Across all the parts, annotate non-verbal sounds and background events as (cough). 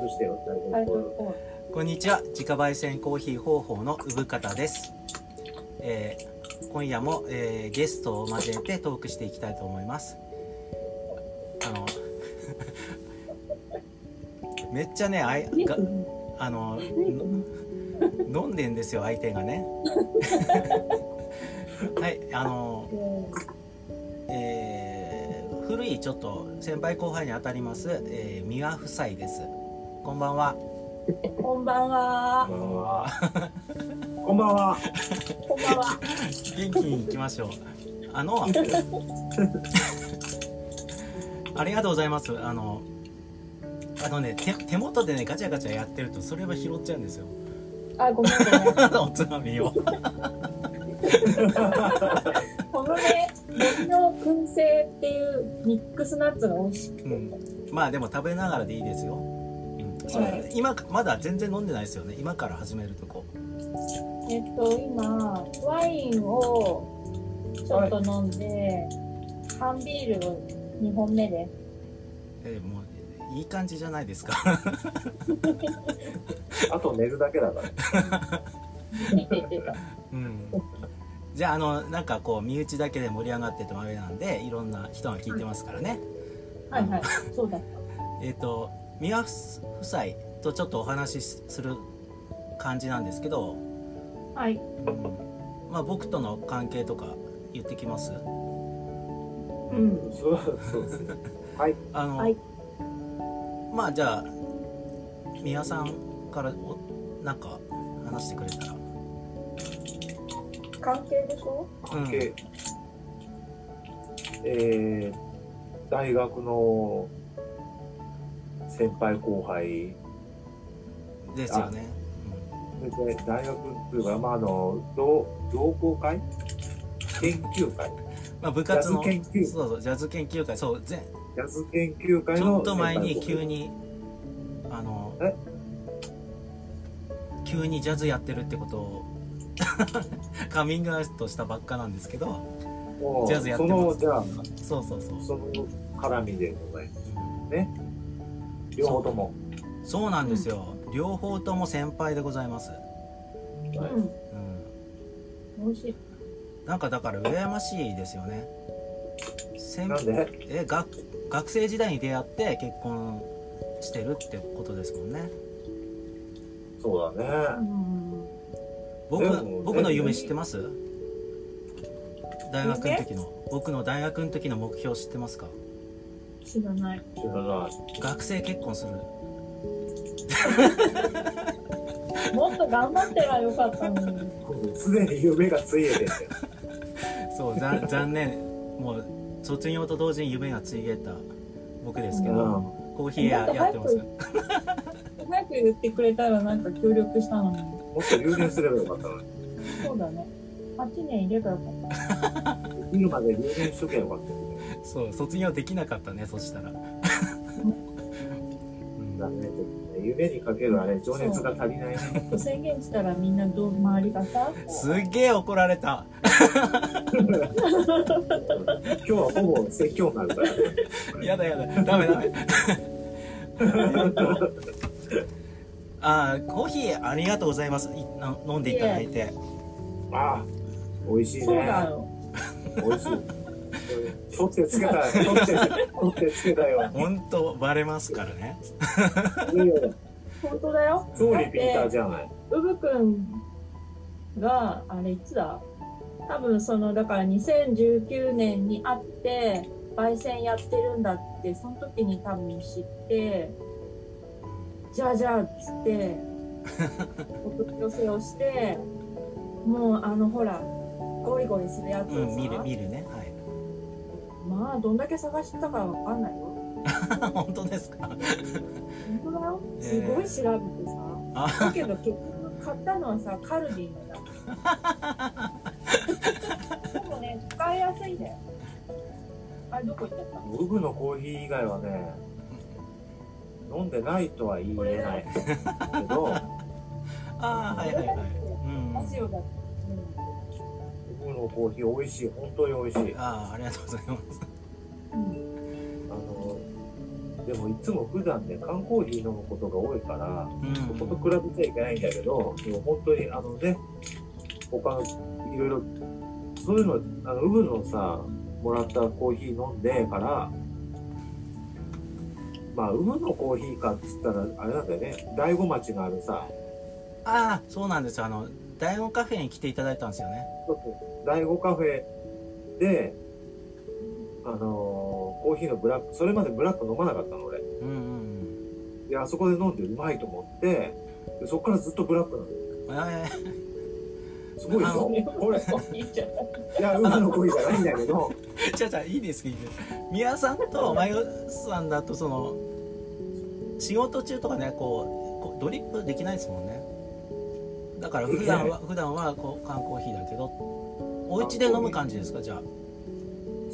トしてよ、台あ本れこうとここんにちは自家焙煎コーヒー方法の産方です、えー今夜も、えーゲストを交えてトークしていきたいと思いますあの (laughs) めっちゃねあいうがあのの飲んでんですよ相手がね (laughs) はいあのえー古いちょっと先輩後輩にあたります、えー、三輪夫妻ですこんばんはこんばんは。んばんはこんばんは。こんばんは。元気にいきましょう (laughs) あのありがとうございますあのあのね手手元でねガチャガチャやってるとそれは拾っちゃうんですよ (laughs) あ、ごめんごめん。おつまみをこのね、僕の燻製っていうミックスナッツが美味しくうて。ん、まあでも食べながらでいいですよ、うん、そはれい今まだ全然飲んでないですよね今から始めるとこえっと、今、ワインをちょっと飲んで、缶ビールを2本目でえーもういい感じじゃないですか (laughs) あと寝るだけだから。す。見ていってた。うんじゃああのなんかこう身内だけで盛り上がっててもあれなんでいろんな人が聞いてますからね、はいはい。そうだ。えっ、と三輪夫妻とちょっとお話しする感じなんですけど、はい。うんまあ僕との関係とか言ってきますうん。そうそうですね。はい。あの、はいまあじゃあ三輪さんからおなんか話してくれたら、関係でしょうんで、えー大学の先輩後輩ですよね、で大学っていうか、まあ、あの同同好会研究会うんまあ、部活のジャズ研究そうそうジャズ研究会そうぜジャズ研究会ちょのっと前に急ににあのえ急にジャズやってるってことを (laughs) カミングアウトしたばっかなんですけどジャズやってまそのすじゃあそうそうそうその絡みでございますね両方ともそうなんですよ、両方とも先輩でございます、うはいん。うん、美味しい。なんかだから羨ましいですよね先なんでえ学学生時代に出会って結婚してるってことですもんねそうだうねん。僕でも僕のえ夢知ってます大学の時の僕の大学の時の目標知ってますか知らない。知らない学生結婚するもっと頑張ってはよかったのに。すでに夢がついえてるそうざ (laughs) 残念もう卒業と同時に夢がついえた僕ですけど、コーヒーややってます早く言ってくれたらなんか協力したのに。もっと留年すればよかったのにそうだね。8年いればよかった。見るまで留年しとけばよかったよねそう卒業できなかったねそしたら、うん残念だね夢にかけるあれ情熱が足りないね宣言したらみんなどう周りがさすっげえ怒られた今日はほぼ説教になるからねやだやだダメダ (laughs) メあーコーヒーありがとうございますいな飲んでいただいてああ、美味しいそうだね。よ美味しい。取ってつけた、取って、取ってつけたよ。本当バレますからねいいよ。本当だよ超リピーターじゃない。うぶくんがあれいつだ多分そのだから2019年に会って焙煎やってるんだってその時に多分知ってじゃあじゃあっつってお取り寄せをしてもうあのほらゴリゴリするやつをうさ、ん見る見るねはいまあどんだけ探したかわかんないよ (laughs) 本当ですか本当だよえーすごい調べてさ、あだけど結局買ったのはさカルディの (laughs) だでもね使いやすいんだよあれどこ行っちゃったウグのコーヒー以外はね、飲んでないとは言えないけど、あーはいはいはいうんラジオだってウグのコーヒー美味しい。本当に美味しい。ああありがとうございますうん、あの、でもいつも普段ね缶コーヒー飲むことが多いからうんそこと比べちゃいけないんだけどでも本当にあのね他のいろいろそういうのあのウブのさもらったコーヒー飲んでからまあウブのコーヒーかっつったらあれなんだよね大子町のあるさああそうなんですよあの第五カフェに来ていただいたんですよねちょっと第5カフェで、あのーコーヒーのブラック、それまでブラック飲まなかったの俺。うんうんで、あそこで飲んでうまいと思って、でそこからずっとブラックなの。うんえすごいでしょこれ、いいじゃんいや、馬のコーヒーじゃないんだけど、ー、じゃあじゃあいいですいいです宮さんと真由さんだとその仕事中とかねこうこうドリップできないですもんねだから普段は普段はこう缶コーヒーだけどお家で飲む感じですかじゃ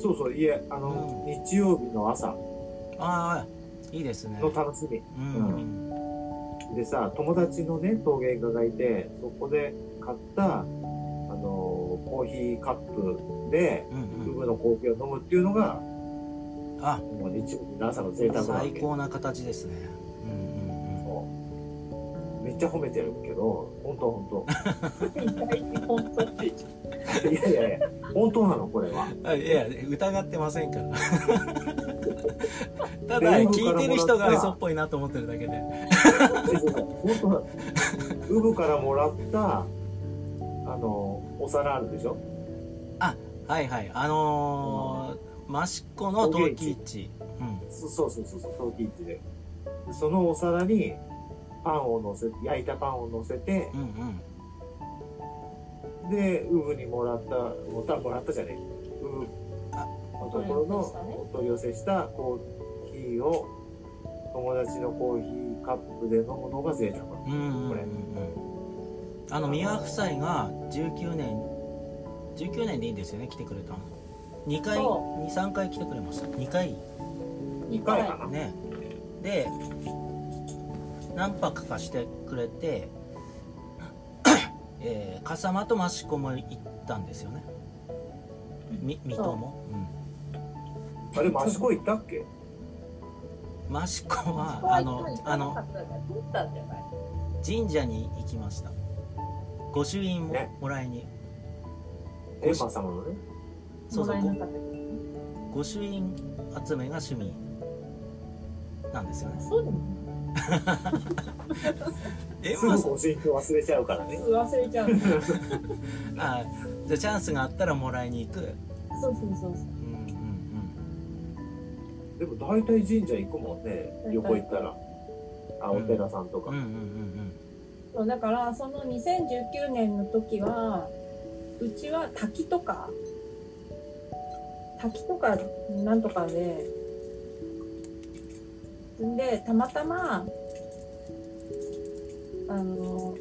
そうそう、いえ、あの、日曜日の朝あああいいですねの楽しみ。うんうんでさ、友達のね、陶芸家がいて、そこで買った、あのーコーヒーカップで、うウんブのコーヒーを飲むっていうのが、うんあもう日曜日の朝の贅沢なわけ最高な形ですねうんうんうんめっちゃ褒めてるけど、本当本本当に当。いやいやいや、本当なのこれは。あいや疑ってませんから (laughs) ただ聞いてる人が嘘っぽいなと思ってるだけで本当なの。ウブからもらったあのお皿あるでしょ。はいはいあのー、益子の陶器市うんそそうそうそうそう、陶器市で。そのお皿にパンを乗せ焼いたパンを乗せて、うんうんでウブにもらった、もたもらったじゃねえ。ウブあのところのお取り寄せしたコーヒーを友達のコーヒーカップで飲むのが贅沢。うんうんうんこれうんあの宮夫妻が19年19年でいいんですよね来てくれたの2回そ23回来てくれました2回二一回回かな。ねで何泊かしてくれて、 (coughs) えー、笠間と益子も行ったんですよねみ水戸も、あれ、マシコ行ったっけうん、益子はあのあの取ったんじゃない神社に行きました御朱印もねもらいにエンマ様のね。そうそうもらえなかったけご御朱印集めが趣味なんですよねどそうえすまぐあご心境忘れちゃうからでね。も忘れちゃうのあじゃあチャンスがあったらもらいに行くそうそうそうそううんうんでも大体神社行くもんね、旅行行ったら。あ、お寺さんとか。うんうんうんうんそうだからその2019年の時はうちは滝とか滝とかなんとかでんでたまたまあの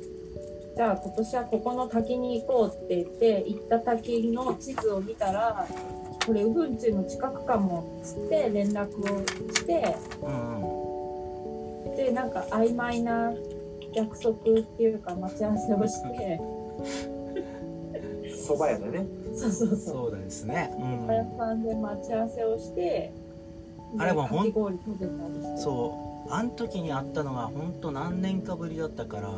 じゃあ今年はここの滝に行こうって言って行った滝の地図を見たらこれウブンチの近くかもっつって連絡をして。うんうんでなんか曖昧な約束っていうか待ち合わせをして蕎麦屋でね。 (laughs) そうそうそうそうですね、うおやん、さんで待ち合わせをしてあれもでほんかき氷食べたりしてそうあん時に会ったのが本当何年かぶりだったから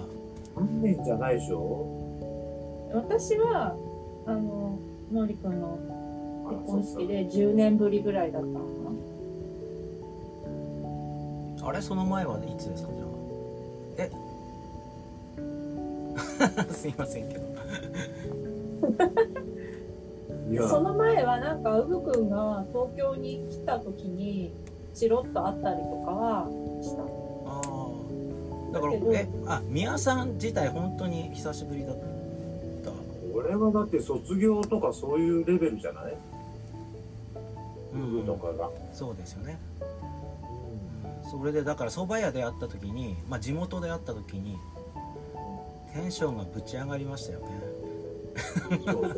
何年じゃないでしょ私はあののりくんのあ結そう婚そ式う。で10年ぶりぐらいだったのかあれその前はいつですかじゃあえ (laughs) すいませんけいどなや、その前はなんかうぶくんが東京に来た時にチロッと会ったりとかはしたああだからえあ宮さん自体本当に久しぶりだった俺はだって卒業とかそういうレベルじゃないうん部とかが。そうですよね、うん、それでだから蕎麦屋で会った時に、まあ、地元で会った時にテンションがぶち上がりましたよねそう打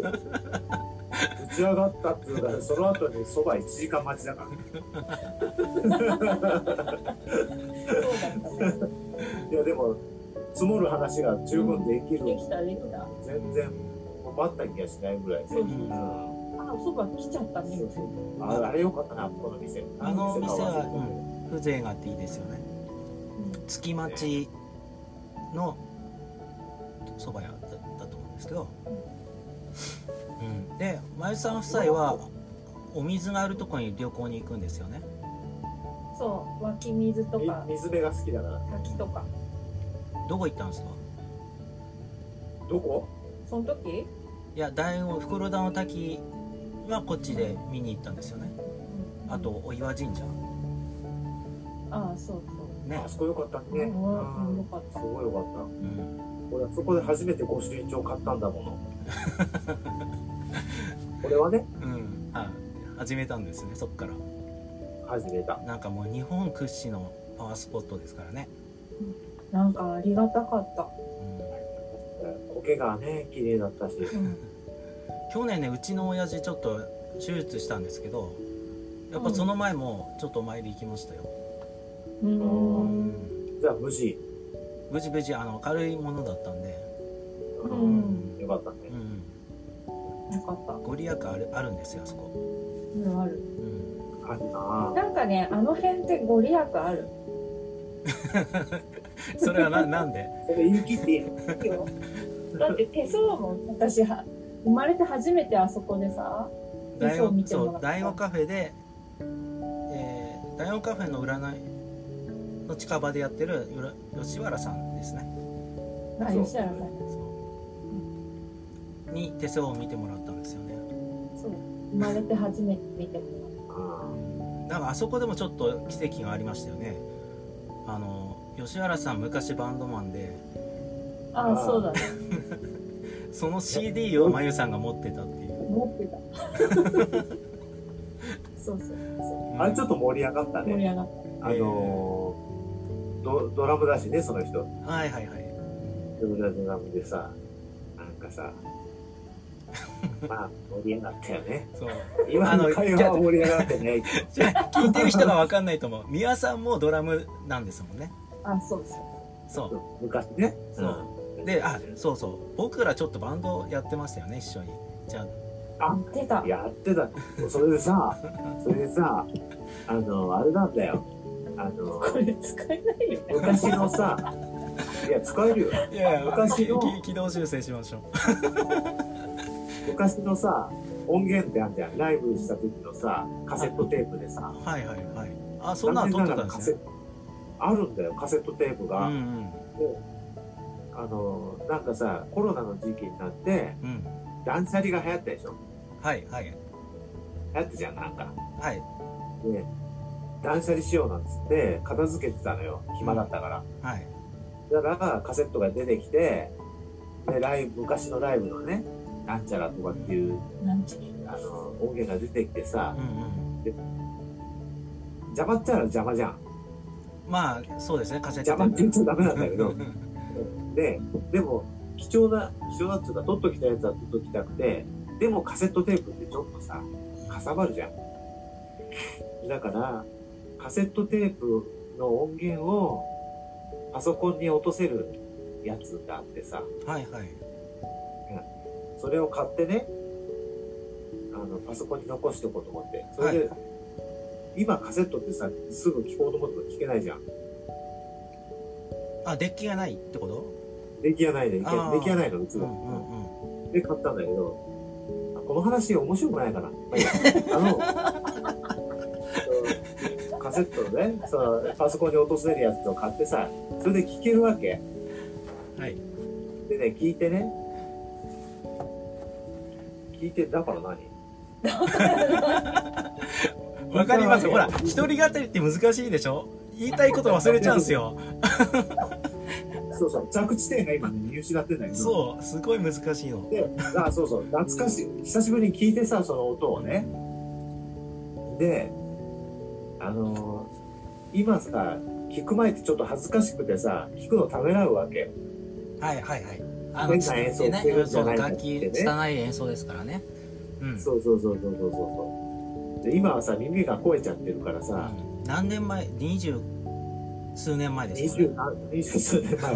ち上がったっていうか、その後に蕎麦1時間待ちだからね。そうだったねいや、でも、積もる話が十分できる。できたできたあ全然、待った気がしないぐらいで。そううそうんそば来ちゃったねそうそうああれよかったな、この店。あの店は店が合わせてくれる風情があっていいですよね月町のそば屋だったと思うんですけど、うん、で真由さん夫妻はお水があるところに旅行に行くんですよねそう湧き水とみか水辺が好きだな滝とかどこ行ったんですかどこその時、いや大王袋田の滝はこっちで見に行ったんですよねうんあとお岩神社ああそうねあ、そこ良かったそう、ねううんんよかっすたごい良かったうん、俺はそこで初めて御朱印帳買ったんだものこれはねうん、はい始めたんですねそっから始めたなんかもう日本屈指のパワースポットですからね、なんかありがたかった、うん、苔がね綺麗だったしうん、去年ねうちの親父ちょっと手術したんですけどやっぱその前もちょっとお参り行きましたうよ、んじゃあ無事無事無事あの軽いものだったんで、ううんんよかったねうん、よかったご利益あるあるんですよあそこ、うんあるうん、あるななんかねあの辺ってご利益あるそれ (laughs) はななんでそれ言い切っていいのよ (laughs) だって手相も私は生まれて初めてあそこでさ手大相王見てもそうらった大王カフェで、えー、大王カフェの占いの近場でやってるよら吉原さんですねあそう吉原さんそうに手相を見てもらったんですよねそう生まれて初めて見てもうんなんかあそこでもちょっと奇跡がありましたよねあの吉原さん昔バンドマンでらったああーあそうだねその CD をまゆさんが持ってたっていう、持ってた (laughs) そうそうそあれちょっと盛り上がったう盛りね上がったあのードドラムだしねその人とはいはいはいドラムだしでさなんか (laughs) さまあ盛り上がったよねそう (laughs) 今の会話は盛り上がってねじゃあ聞いてる人が分かんないと思う宮さんもドラムなんですもんねあそうそうそう昔ねそうんであそうそう僕らちょっとバンドやってましたよね一緒にじゃあ出たやってたそれでさそれでさあのあれなんだよあのこれ使えないよ昔のさいや使えるよあいやいや昔のきき軌道修正しましょ昔のさ音源ってあんじゃんライブした時のさカセットテープでさうはいはいはいあそんなの撮ってたんで残念ながらすねカセあるんだよカセットテープうが、んあのなんかさコロナの時期になってうんうん断捨離が流行ったでしょはいはい流行ったじゃんなんかはいで断捨離しようなんつって片付けてたのよ暇だったから、はいだからカセットが出てきてでライブ昔のライブのねなんちゃらとかっていうなんちゃあの音源が出てきてさうんうん邪魔っちゃうの邪魔じゃんまあそうですねカセット邪魔って言っちゃダメなんだけうどんででも貴重な貴重なっていうか取っときたやつは取っときたくてでもカセットテープってちょっとさかさばるじゃんだからカセットテープの音源をパソコンに落とせるやつがあってさはいはいそれを買ってねあのパソコンに残しておこうと思ってそれで、は今カセットってさすぐ聞こうと思っても聞けないじゃんあデッキがないってこと出来がないで、出来あーがないの、うちうが。んうんうんで、買ったんだけど、あこの話面白くないかな。まあいいやあ (laughs) の、そうカセットのね、そのパソコンに落とせるやつを買ってさ、それで聞けるわけ。はいでね、聞いてね、聞いて、だから何 (laughs) わかりますほら一人語りって難しいでしょ言いたいこと忘れちゃうんですよそうそう、着地点が今ね見失ってんだけど。そうすごい難しいので、あ、そうそう、懐かしい。久しぶりに聞いてさ、その音をね。で、あのー今さ、聞く前ってちょっと恥ずかしくてさ、聞くのためらうわけ。はいはいはい変あのなつっ演奏てねするんじそゃなういかっ楽てね器拙い演奏ですからねうんそうそうそうそうそうそう。で、今はさ、耳が肥えちゃってるからさ、うん何年前二十数年前で二す十よね何、二十数年前。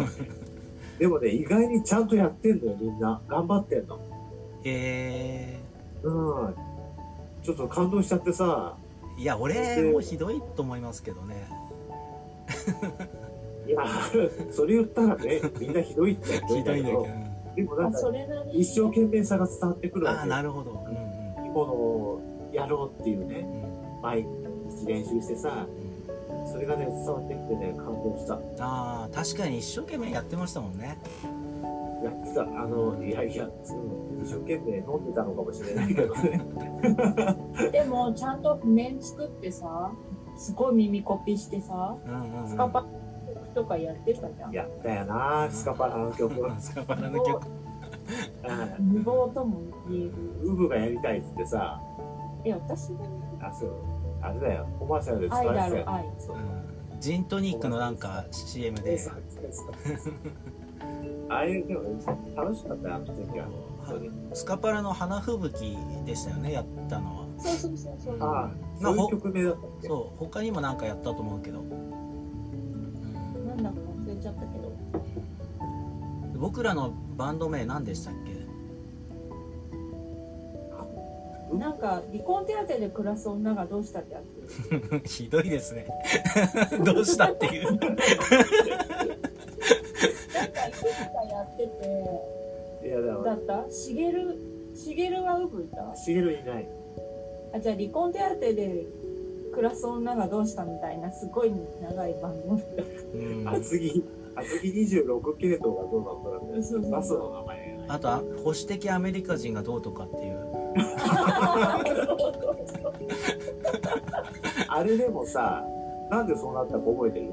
でもね、意外にちゃんとやってんのよ、みんな。頑張ってんの。えうん。ちょっと感動しちゃってさ、ー、いや俺もひどいと思いますけどねいや、それ言ったらね、みんなひどいって (laughs) ひひどどいいんんだけだけどど、でもなんあそか、れなりに一生懸命さが伝わってくるああわけなるほどうんいいものをやろうっていうね、うん毎日練習してさ、うんうんそれがね、伝わってきてね、感動した。ああ確かに一生懸命やってましたもんねやってた、あの、いやいや、うん、一生懸命飲んでたのかもしれないけどね。 (laughs) でもちゃんと譜面作ってさすごい耳コピしてさうんうんうんスカパとかやってたじゃんやったよな、スカパラの曲は。スカパラの曲うん無謀とも言えるウブがやりたいっつってさ、え私があ、そう、あれだよ、コマーシャルで使愛われだてたろよ。愛そううんジントニックのなんか CM でそうそうそうあれでも楽しかったよあの時は本当にスカパラの花吹雪でしたよねやったのはそうそうそうそうああまあそういう曲名だったっけそう他にもなんかやったと思うけど、うんなんだか忘れちゃったけど僕らのバンド名何でしたっけ (laughs) なんか離婚手当で暮らす女がどうしたってやつひどいですね (laughs) どうしたっていうなんかいくつかやってていやだかだらったしげるしげるはうぶいたしげるいないあじゃあ離婚手当で暮らす女がどうしたみたいなすごい長い番組うん厚木厚木26系統がどうなったらねそうそうそう (laughs) バスの名前あとあ保守的アメリカ人がどうとかっていうあれでもさなんでそうなったか覚えてる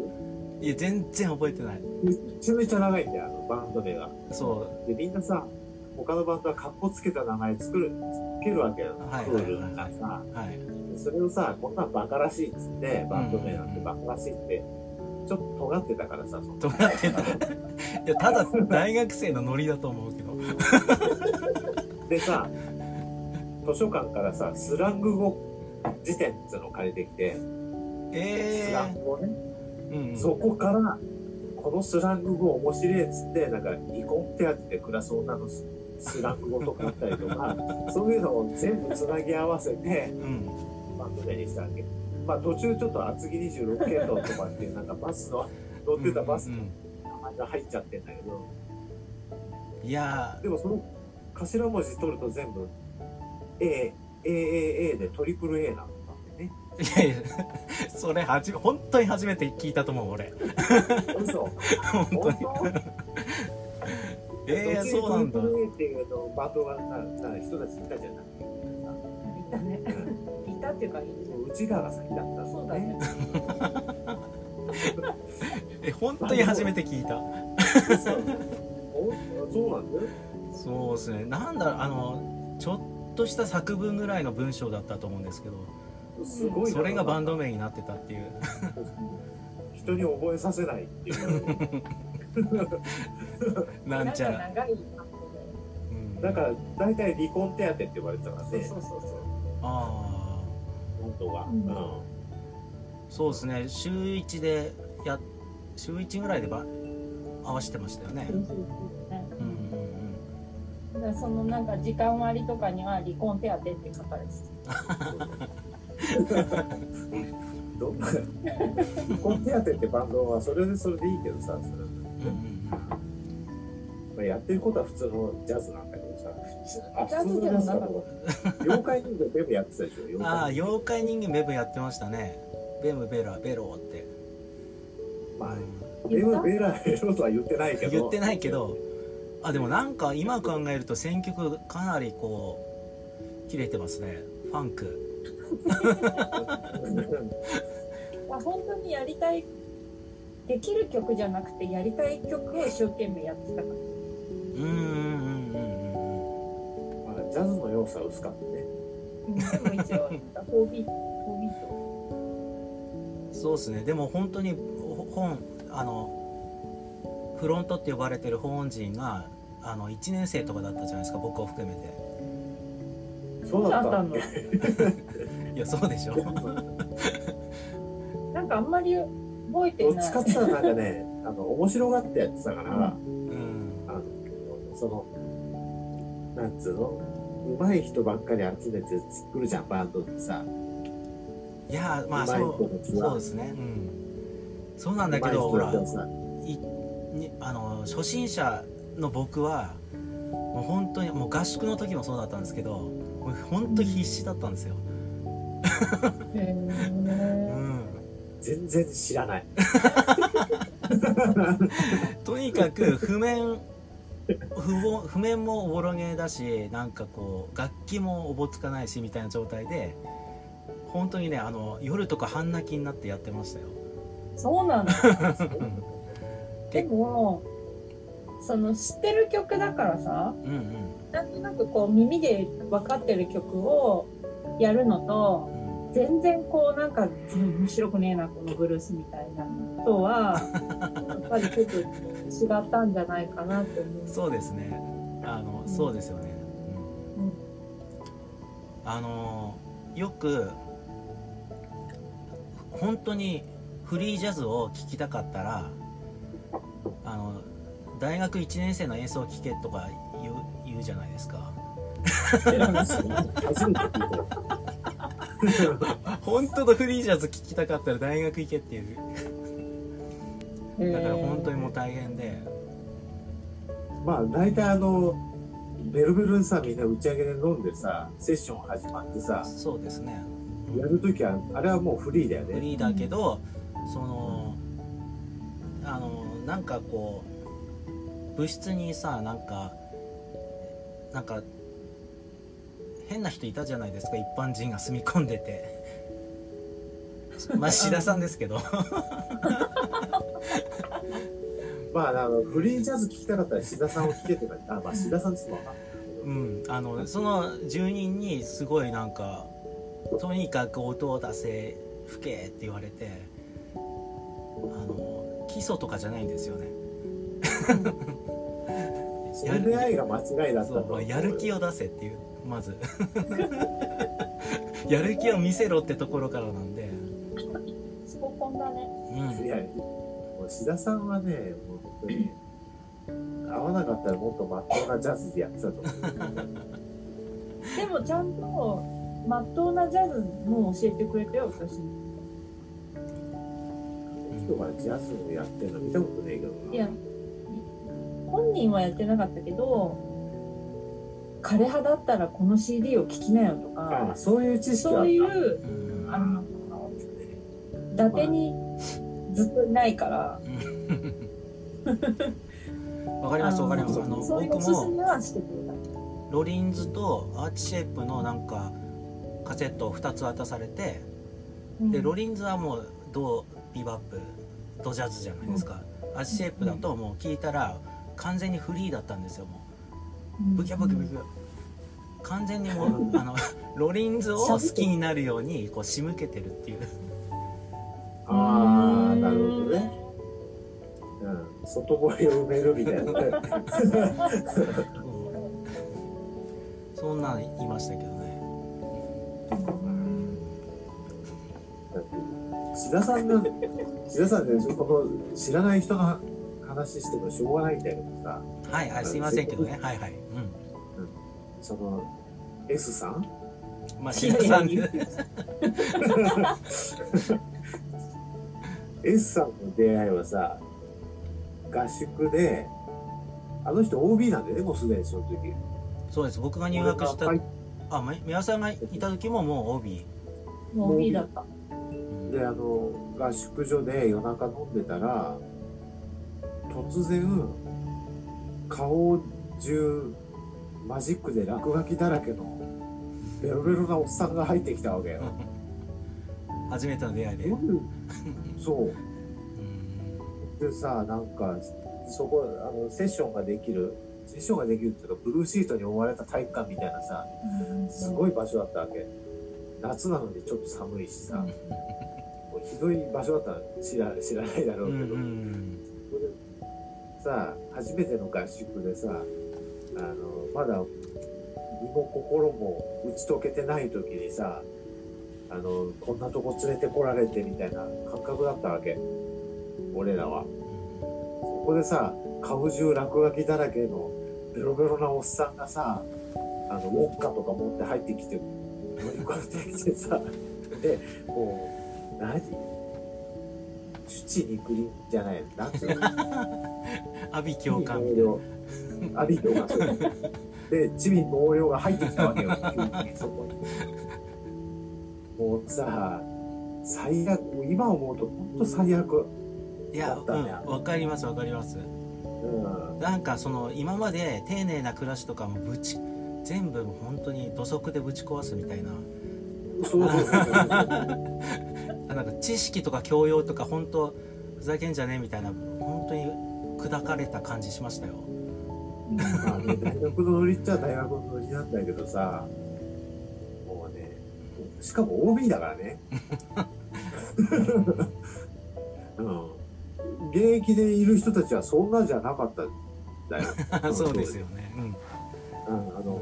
いや全然覚えてないめちゃめちゃ長いんだよあのバンド名がそでみんなさ他のバンドはカッコつけた名前作るつけるわけよはいクールなさうはいそれをさこんなんバカらしいっつってバンド名なんてバカらしいってちょっと尖ってたからさそのどうなってんだいやただ大学生のノリだと思うけどでさ、図書館からさ、スラング語辞典っていうのを借りてきて、スえラング語ね。えーうん、そこから、このスラング語面白いっつって、なんか、離婚手当で暮らす女のススラング語とかあったりと (laughs) か、そういうのを全部つなぎ合わせて、うんバンド名にしたわけ。まあ途中ちょっと厚木26系統とかっていう、なんかバスの、乗ってたバスうのん名前が入っちゃってんだけど、うんいやでもその頭文字取ると全部、A、AAA でトリプル A なんだってね。ーいやいや (laughs) それはじめ本当に初めて聞いたと思う俺 (laughs) 嘘本当に本当ええー、そうなんだトリプル A っていうあのバンドがさ、さ人たちいたじゃない。いたねいたっていうかいるねうちらが先だった。そうだね。え本当に初めて聞いた嘘おそうなんだよ。そうですねなんだろうあのちょっとした作文ぐらいの文章だったと思うんですけどすごいな。それがバンド名になってたっていう人に覚えさせないっていう。なんちゃならんか長いうんだから大体離婚手当って呼ばれてたからそうねそ。うそうそうああ本当は。ううんん。そうですね週1でや週1ぐらいでば合わせてましたよねそうそうそうねうんだうんからそのなんか時間割とかには離婚手当って書かれてどんな離婚手当ってバンドはそれでそれでいいけどさ、それうんうんうんうんまあ、やってることは普通のジャズなんだけどさ。た。ジャズでもなかっ妖怪人形全部やってたでしょ妖ああ怪人妖怪人間ベブやってましたねベムベラベロって形まあた。ベ言ムっベラベロとは言ってないけど言っ (laughs) てないけどあでもなんか今考えると選曲かなりこう切れてますねファンクたあ本当にやりたいできる曲じゃなくてやりたい曲を一生懸命やってたかうんうんうんうんうんまあジャズの要素は薄かったねら。でも一応なんかフォービートフォービートそうですねでも本当にほ本あのフロントって呼ばれてる本人があの1年生とかだったじゃないですか僕を含めてそうだあっったたんのだ。いやそう (laughs) でしょなんかあんまり覚えてどっなちかっい。て言ったらなんかね (laughs) あの面白がってやってたから、うんあのそのなんつうの上手い人ばっかり集めて作るじゃんバンドってさいやまあうまいそ人うたちはそうですねうんそうなんだけどほ前らに座ってさいにあの初心者の僕はもう本当にもう合宿の時もそうだったんですけどもう本当必死だったんですよ、へうえん、全然知ら (laughs) ない。とにかく譜面譜も譜面もおぼろげだしなんかこう楽器もおぼつかないしみたいな状態で本当にねあの夜とか半泣きになってやってましたよ、そうなんだうん、でもその知ってる曲だからさうんうんなんとなくこう耳で分かってる曲をやるのとうん全然こうなんかうん面白くねえなこのブルースみたいなのとはやっぱりちょっと違ったんじゃないかなって思う。そうですねあの、うんそうですよね、うんうんあのよく本当にフリージャズを聴きたかったらあの大学1年生の演奏を聴けとか言う言うじゃないですか初めて聞いた。本当のフリージャズ聴きたかったら大学行けっていうだから本当にもう大変でまあ大体あのベルベルにさみんな打ち上げで飲んでさセッション始まってさそうですねやるときはあれはもうフリーだよフねリーだけどそのあのなんかこう部室にさなんかなんか変な人いたじゃないですか一般人が住み込んでてまあ志田さんですけどまああのフリージャズ聞きたかったら志田さんを聞けとかあまあ志田さんですもんうんあのその住人にすごいなんかとにかく音を出せ吹けって言われてあの基礎とかじゃないんですよねそれで愛が間違いだったそうまとあやる気を出せっていうまず (laughs) やる気を見せろってところからなんで、スポコンだね。うんいやもう志田さんはねもう本当に合わなかったらもっとまっとうなジャズでやってたと思うでもちゃんとまっとうなジャズも教えてくれたよ私に。人がジャズをやってるの見たことねえけどないや本人はやってなかったけど枯葉だったらこの CD を聴きなよとあかあそういう知識はあっそうたいううんあの伊達にずっといないからわかりますわかりますああののそういうお僕すすめもはしてくれた。ロリンズとアーチシェイプのなんかカセットを2つ渡されてうんでロリンズはもうドビバップドジャズじゃないですか、アーチシェイプだともう聞いたら完全にフリーだったんですよもうブキャブキャブキャ完全にもう (laughs) あのロリンズを好きになるようにこう仕向けてるっていうああなるほどねうん外堀を埋めるみたいなねうんそんなん言いましたけどね。だって志田さんが志田さんでこの知らない人の話してもしょうがないんだけどさはいはい、すいませんけどね。はいはい。うその S さんん。まあ、シ田さんいやで。 S さんの出会いはさ合宿であの人 OB なんでねもうすでにその時そうです。僕が入学した俺が、あ、み宮さんがいた時ももう OB。もう B だった。うんであの合宿所で夜中飲んでたら突然顔中マジックで落書きだらけのベロベロなおっさんが入ってきたわけよ。初めての出会いで。うんそうでさなんかそこあのセッションができるセッションができるっていうかブルーシートに覆われた体育館みたいなさすごい場所だったわけ夏なのにちょっと寒いしさもうひどい場所だったの知ら知らないだろううんけうど、ん。それでさ初めての合宿でさあのまだ身も心も打ち解けてない時にさあのこんなとこ連れてこられてみたいな感覚だったわけ俺らはそこでさ顔中落書きだらけのベロベロなおっさんがさあのウォッカとか持って入ってきて乗り込んできてさ (laughs) で、もう、何土に栗じゃない、夏に阿鼻教地官味猛烈。アビ教官。で、地味猛烈が入ってきたわけよ、急にねそこに。もうさ、最悪、もう今思うと本当最悪。いやだっうたねんわかりますわかりまうすん。なんかその今まで丁寧な暮らしとかもぶち全部本当に土足でぶち壊すみたいなそうそうそうあなんか知識とか教養とか本当ふざけんじゃねえみたいな本当に砕かれた感じしましたよまあね、 (laughs) 大学のノリっちゃ大学のノリなんだけどさ、もうね、しかも OB だからね。 (laughs) うん。現役でいる人たちはそんなじゃなかったんだよ。そうですよね、うん、あの、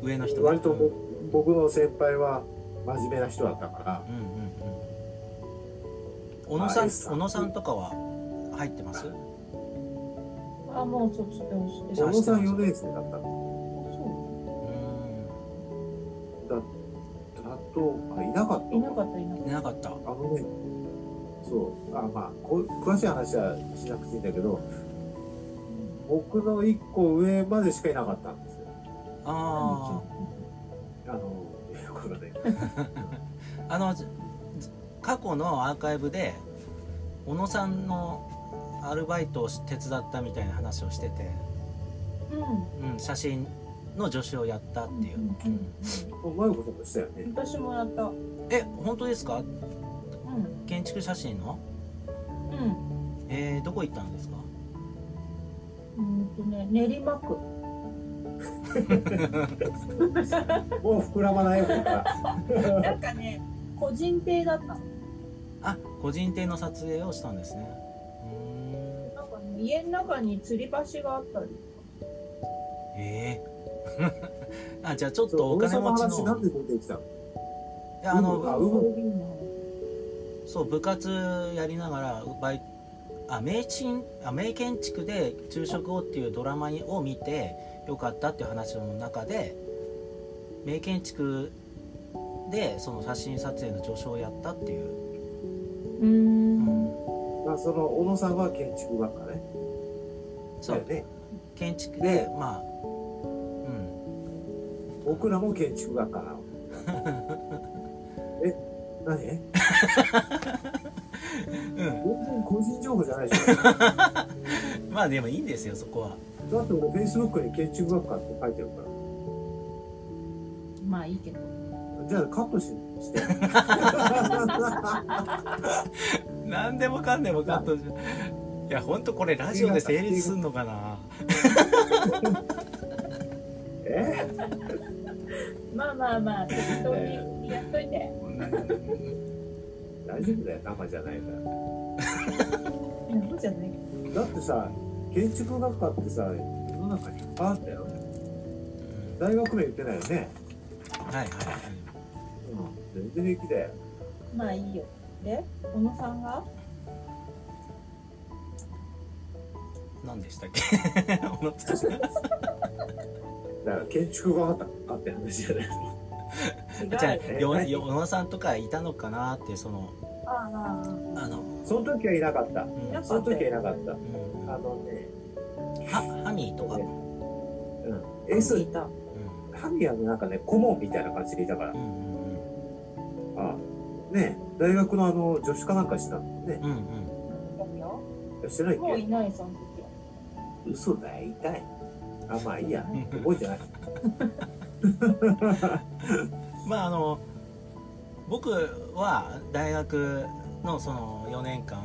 うん、上の人割とうんうん僕の先輩は真面目な人だったから、うん小野さんあれさ小野さんとかは入ってますあ、もう卒業して小野さん4年生だったの。そうんだと、あ、いなかったういなかった、いなかっいなかったあのね、そう、あまあこ、詳しい話はしなくていいんだけど、僕の一個上までしかいなかったんですよ。ああの、これね、ああのず過去のアーカイブで小野さんのアルバイトを手伝ったみたいな話をしてて、た。うん。うん、写真の助手をやったっていう、うんうんマヨコさんもしたよね。私もやった。うん。え本当ですか建築写真のうん。えー、どこ行ったんですかうんとね、練馬区。もう膨らまないよ、だから。なんかね、個人邸だったの。あ個人邸の撮影をしたんですねうなんかね、家の中に吊り橋があったり。ーんえー、 (laughs) あじゃあちょっそうとお金持小ち野さんの話なんので出てきたのいやあうんのあうんそういうのそう部活やりながらバイあ名珍あ名建築で昼食をっていうドラマを見てよかったっていう話の中で名建築でその写真撮影の助手をやったっていう、うーん。まあ、その、小野さんは建築学科ね。そだうよね。建築で、ねまあうん僕らも建築学科 (laughs) なの。え、何全うん然個人情報じゃないでしょ。だまあでもいいんですよそこはって俺、Facebook に建築学科って書いてるから。まあいいけど。じゃあカットし (laughs) して。何でもかんでもカットじゃいや本当これラジオで成立すんのかなえまあまあまあ、適当にやっといて。大丈夫だよ、生じゃないから。いやそうじゃない。だってさ、建築学科ってさ、世の中にいっぱいあったよ。うん大学名言ってないよね。はいはい全然平気だよ。 (laughs) まあいいよ。で、小野さんが何でした (laughs) っけ小野さんだから建築学科だって話じゃない。違じゃあう。よよ小野さんとかいたのかなってそのあああの、その時はいなかった。ういなかんその時はいなかった。うんあのね、はハミーとか、うん、ああ、い S、た。うハミヤのなんかね、顧問みたいな感じでいたから。ん、うんうんあね大学のあの、助手かなんかしてたんだよね。うんうんしてないっもうけいない、その時は。嘘だよ、痛い。あ、まあいいや。覚えてない。まああの僕は大学のその4年間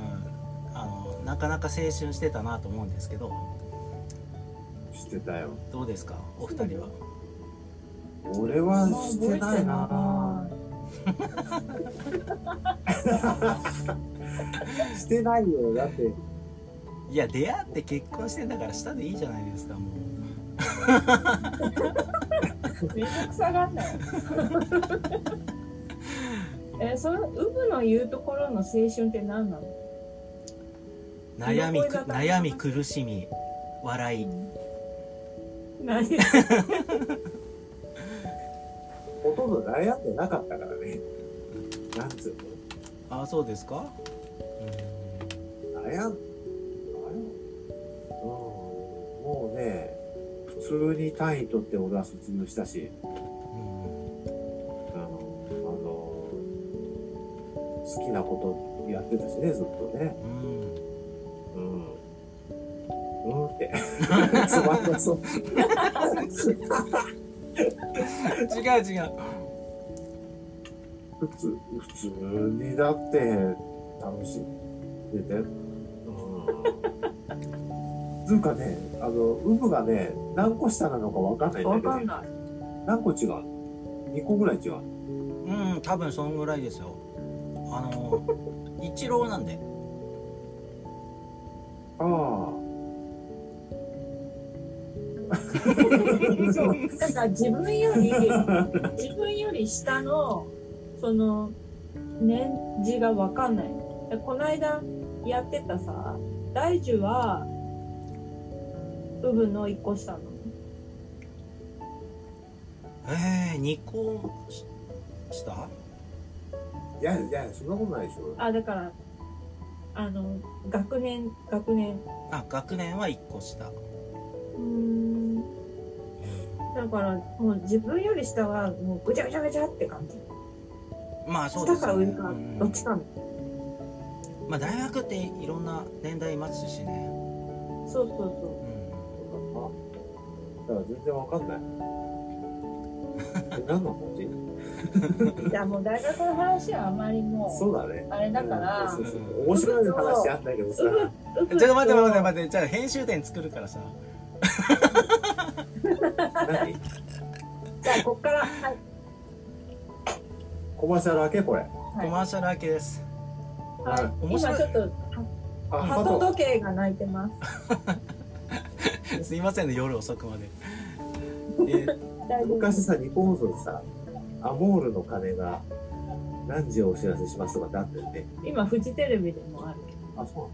あのなかなか青春してたなと思うんですけどしてたよ。どうですかお二人は俺はもうし覚えてないな。してないよ。だって、いや出会って結婚してんだからしたでいいじゃないですかもてないな。めんどくさがんなよ。えーそのウブの言うところの青春って何なの、う悩みいくろいろな悩み苦しみ笑い何ほとんど悩んでなかったからね。なんつうああそうですかの悩むあれうんもうね普通に単位取って俺は卒業したしうんあのあの好きなことやってたしねずっとねうんうんうんうんってつまんなそう (laughs) 違う違う普通普通にだって楽しんでてうんつうかねあの有無がね何個下なのかわかんないんだわけどかね、んない。何個違う2個ぐらい違ううん多分そんぐらいですよあの (laughs) 一郎なんでああそうだから自分よ (laughs) り自分より下のその年次がわかんないでこの間やってたさ大樹はウブの一個下なのええー、2個しした (laughs) いやいやそんなことないでしょあだからあの学年学年あ学年は1個したうーんだからもう自分より下はもうぐちゃぐちゃぐちゃって感じまあそうで下すかよね上かうんどっちかのまあ大学っていろんな年代いますしね、そうそうそううだから全然わかんないえ何の話じゃあもう大学の話はあまりもうそうだねあれだからそうそうそう面白い話あんだけどさウブん、ちょっと待って待って待ってじゃあ編集点作るからさ何じゃあこっからはいコマーシャル明けこれコマーシャル明けですはい、はい面今白いちょっとあハト時計が鳴いてますすいませんね夜遅くまでえ大丈夫昔さ日本放送でさ「アモールの鐘が何時をお知らせします」とかってあったよね今フジテレビでもあるあそう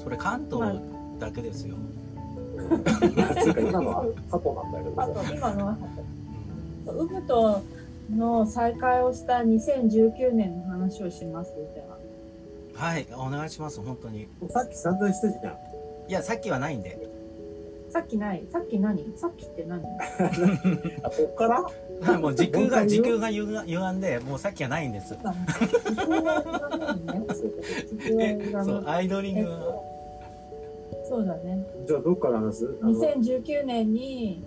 それ関東だけですよ、なんだつうか今のは過去なんだけどあさと今のはウブとの再会をした2019年の話をしますでははいお願いします本当にさっき散々したじゃんいやさっきはないんで (laughs) さっきないさっき何さっきってあ何こっからもう時空が本当に時空がゆが歪んでもうさっきはないんです時空は歪むよねそうか時空は歪むそうアイドリンえっグはとそうだねじゃあどっから話すあの2019年に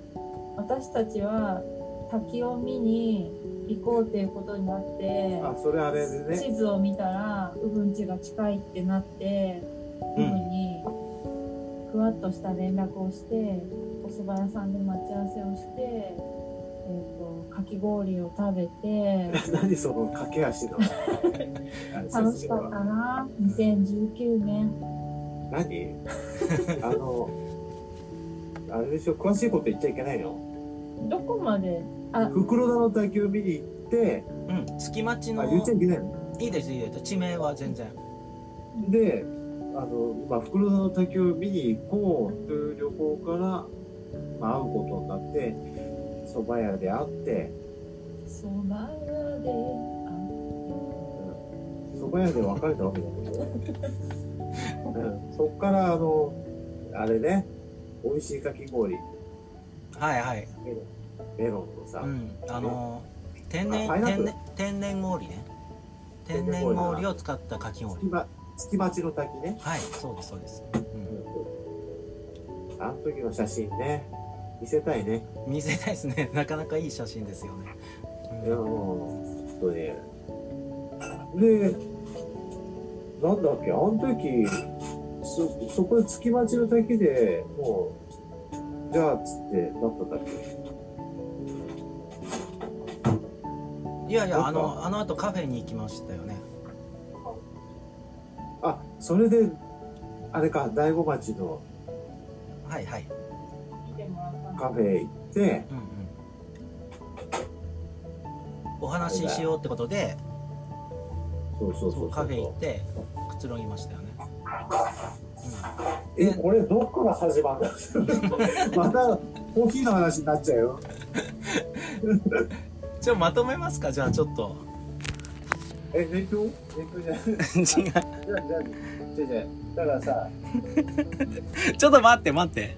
私たちは滝を見に行こうっていうことになってあそれあれでね地図を見たらウブンチが近いってなってウブうんンにふわっとした連絡をしてお蕎麦屋さんで待ち合わせをして、えー、とかき氷を食べ (laughs) て何その駆け (laughs) 足の楽しかったな2019年何 (laughs) あのあれでしょ詳しいこと言っちゃいけないのどこまであ袋田の卓球見に行ってうん月町あの言っちゃいけないのいいですいいです地名は全然で、あの、まあ、袋田の滝を見に行こうという旅行から、まあ、会うことになって、蕎麦屋で会って、そば屋で蕎麦屋で別れたわけだけど、うん、そっから、あの、あれね、美味しいかき氷、はいはいメロンメロンのさ、うんあの天然あパイナップ天ル然天然氷ね天天然然氷氷を使ったかき氷月ま月町の滝ね、はいそうですそうです、うんあの時の写真ね、見せたいね。見せたいですね (laughs) なかなかいい写真ですよね、いやもう本当にでなんだっけあの時そそこで月町の滝でもうじゃあっつってなったんだっけうんいやいどやこあのあの後カフェに行きましたよねあそれであれか大子町のはいはい、見てもらったんだカフェ行ってうんうん、お話ししようってことでそうそうそうそそううカフェ行ってくつろぎましたよね、えこれどっから始まるの (laughs) またコーヒーの話になっちゃうようん、じゃあまとめますかじゃあちょっとえ、熱狂熱狂じゃない。 (laughs) 違うじゃあ、じゃあ、じゃあ、じゃあだからさ、ちょっと待って待って